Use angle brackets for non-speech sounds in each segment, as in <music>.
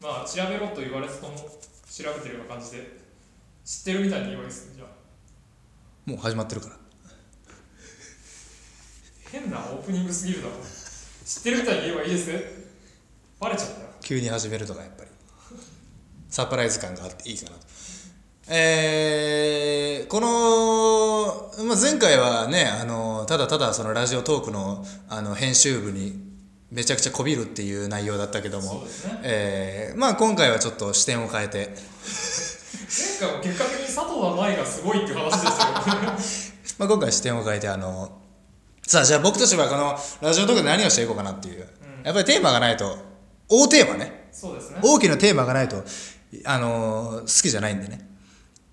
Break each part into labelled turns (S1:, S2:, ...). S1: まあ調べろと言われずとも調べてるような感じで知ってるみたいに言うわけですねじゃあ
S2: もう始まってるから
S1: 変なオープニングすぎるだろ知ってるみたいに言えばいいですねバレちゃったよ
S2: 急に始めるとかやっぱりサプライズ感があっていいかなとえー、この、まあ、前回はねあのただただそのラジオトークのあの編集部にめちゃくちゃこびるっていう内容だったけど
S1: そう
S2: も、
S1: ですね
S2: えーまあ、今回はちょっと視点を変えて
S1: 前回も結果的に佐藤は舞がすごいっていう話でし
S2: まあ、今回視点を変えてあのさあじゃあ僕たちはこのラジオトークで何をしていこうかなっていう、
S1: うん
S2: やっぱりテーマがないと大テーマ
S1: た
S2: ね
S1: よそうですね
S2: 大きなテーマがないとあの好きじゃないんでね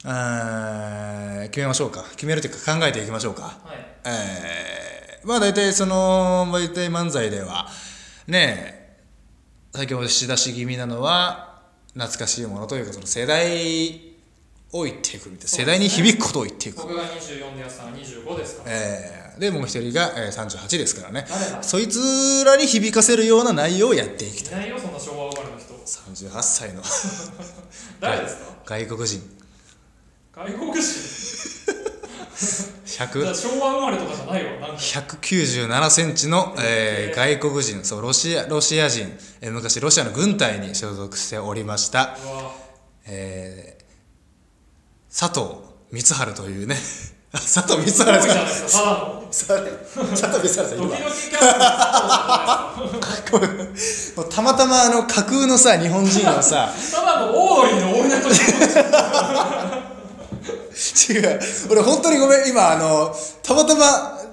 S2: あー決めましょうか決めるというか考えていきましょうか
S1: はい
S2: えー、まあ大体そのまあ大体漫才ではねえ先ほど仕出し気味なのは懐かしいものというかその世代を言っていくみたいな世代に響くことを言っていく
S1: 僕が24でやさんは25ですから
S2: えーでもう一人が、えー38ですからね
S1: 誰だ
S2: そいつらに響かせるような内容をやっていきたい
S1: いないよそんな昭和生まれの人
S2: 38歳の
S1: 誰ですか
S2: 外国人
S1: 外国人
S2: 100
S1: じゃあ昭和生まれとかじゃないわなんか
S2: 197センチの、えー外国人そうロシアロシア人、えー昔ロシアの軍隊に所属しておりました、
S1: うわ
S2: えー佐藤光晴というね <laughs> あ佐藤光
S1: す
S2: 晴
S1: ごいじゃ
S2: さ
S1: なんいですかただの
S2: さ佐藤光晴さんい
S1: ド
S2: るわ
S1: キドキキャストの佐藤じゃないで
S2: これ <laughs> もうたまたまあの架空のさ日本人のさ
S1: すかただのオードリーのオールナイトニッポン
S2: 違う俺本当にごめん今あのたまたま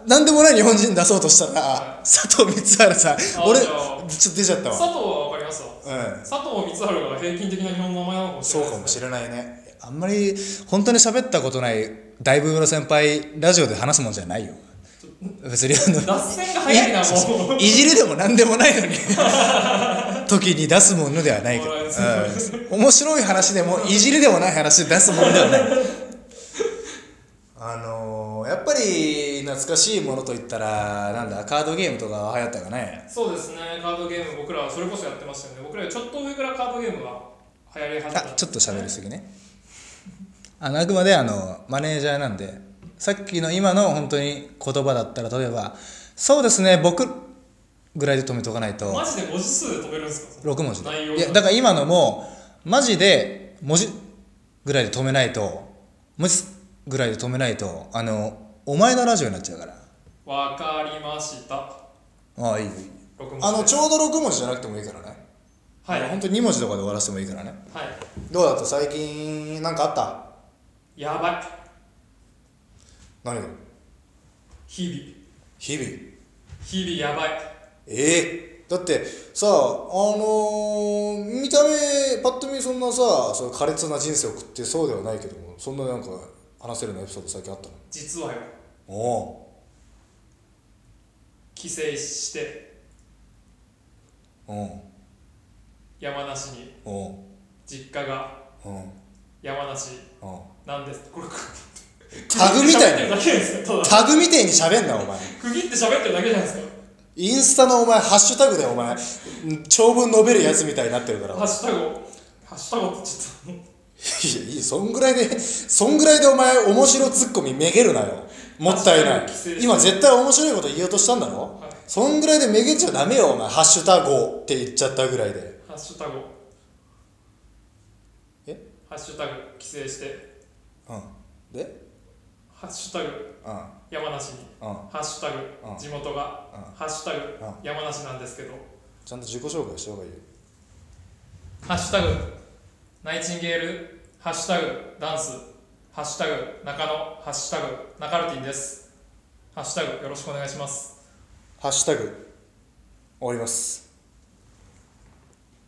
S2: 何でもない日本人出そうとしたら、
S1: は
S2: 佐藤光晴さん
S1: あ
S2: 俺
S1: じ
S2: ち
S1: ゃあ
S2: ょっと出ちゃった
S1: 佐
S2: わ
S1: 藤はわかりますわ
S2: うん
S1: 佐藤光晴が平均的な日本の名前なのかもしれ
S2: そう
S1: ない
S2: かも
S1: です
S2: しれないねあんまり本当に喋ったことない大ブーの先輩ラジオで話すもんじゃないよ別にあの
S1: 脱線が早いなもう
S2: いじりでも何でもないのに時に出すものではないけど、
S1: そう
S2: うん面白い話でもいじりでもない話で出すものではないあのーやっぱり懐かしいものといったらなんだカードゲームとかは流行ったかね
S1: そうですねカードゲーム僕らはそれこそやってましたよね僕らよりちょっと上からカードゲームが流行り始め
S2: あ
S1: た
S2: ちょっと喋りすぎねあのあくまであのマネージャーなんでさっきの今の本当に言葉だったら例えば「そうですね僕」ぐらいで止めとかないと
S1: マジで文字数で飛べるんですか
S2: 6文字
S1: 内
S2: で
S1: 容
S2: い
S1: が
S2: やだから今のもマジで文字ぐらいで止めないと文字ぐらいで止めないとあのお前のラジオになっちゃうから
S1: わかりました
S2: ああいいよいいよ
S1: 6文字で
S2: あのちょうど6文字じゃなくてもいいからね
S1: はいはい
S2: 本当に2文字とかで終わらせてもいいからねどうだった最近なんかあった
S1: やばい
S2: 何が
S1: 日
S2: 日々
S1: 々日々やばい
S2: ええだってさあのー見た目パッと見そんなさその苛烈な人生を送ってそうではないけどもそんななんか話せるようなエピソード最近あったの
S1: 実はよ
S2: お
S1: 帰省して
S2: うんうん
S1: 山梨に
S2: うん
S1: 実家が
S2: うん
S1: 山梨
S2: うん
S1: なんですこれ
S2: タグみたい
S1: な
S2: な
S1: だけですよただ
S2: タグみてえに喋んなお前
S1: 区切って喋ってるだけじゃないですか
S2: インスタのお前ハッシュタグでお前長文述べるやつみたいになってる <laughs> からい
S1: ハッシュタグをハッシュタグってちょっ
S2: やいいそんぐらいでそんぐらいでお前面白ツッコミめげるなよもったいない今絶対面白いこと言おうとしたんだろ
S1: とはい
S2: そんぐらいでめげちゃダメよお前ハッシュタグって言っちゃったぐらいで
S1: ハッシュタグを
S2: え
S1: ハッシュタグ帰省して
S2: うんで
S1: ハッシュタグ
S2: うん
S1: 山梨に
S2: うん
S1: ハッシュタ
S2: うん
S1: グ地元が
S2: うん
S1: ハッシュタグ
S2: うん
S1: 山梨なんですけど
S2: ちゃんと自己紹介した方がいいよ
S1: ハッシュタグナイチンゲールハッシュタグダンスハッシュタグ中野ハッシュタグ中ルティンですハッシュタグよろしくお願いします
S2: ハッシュタグ終わります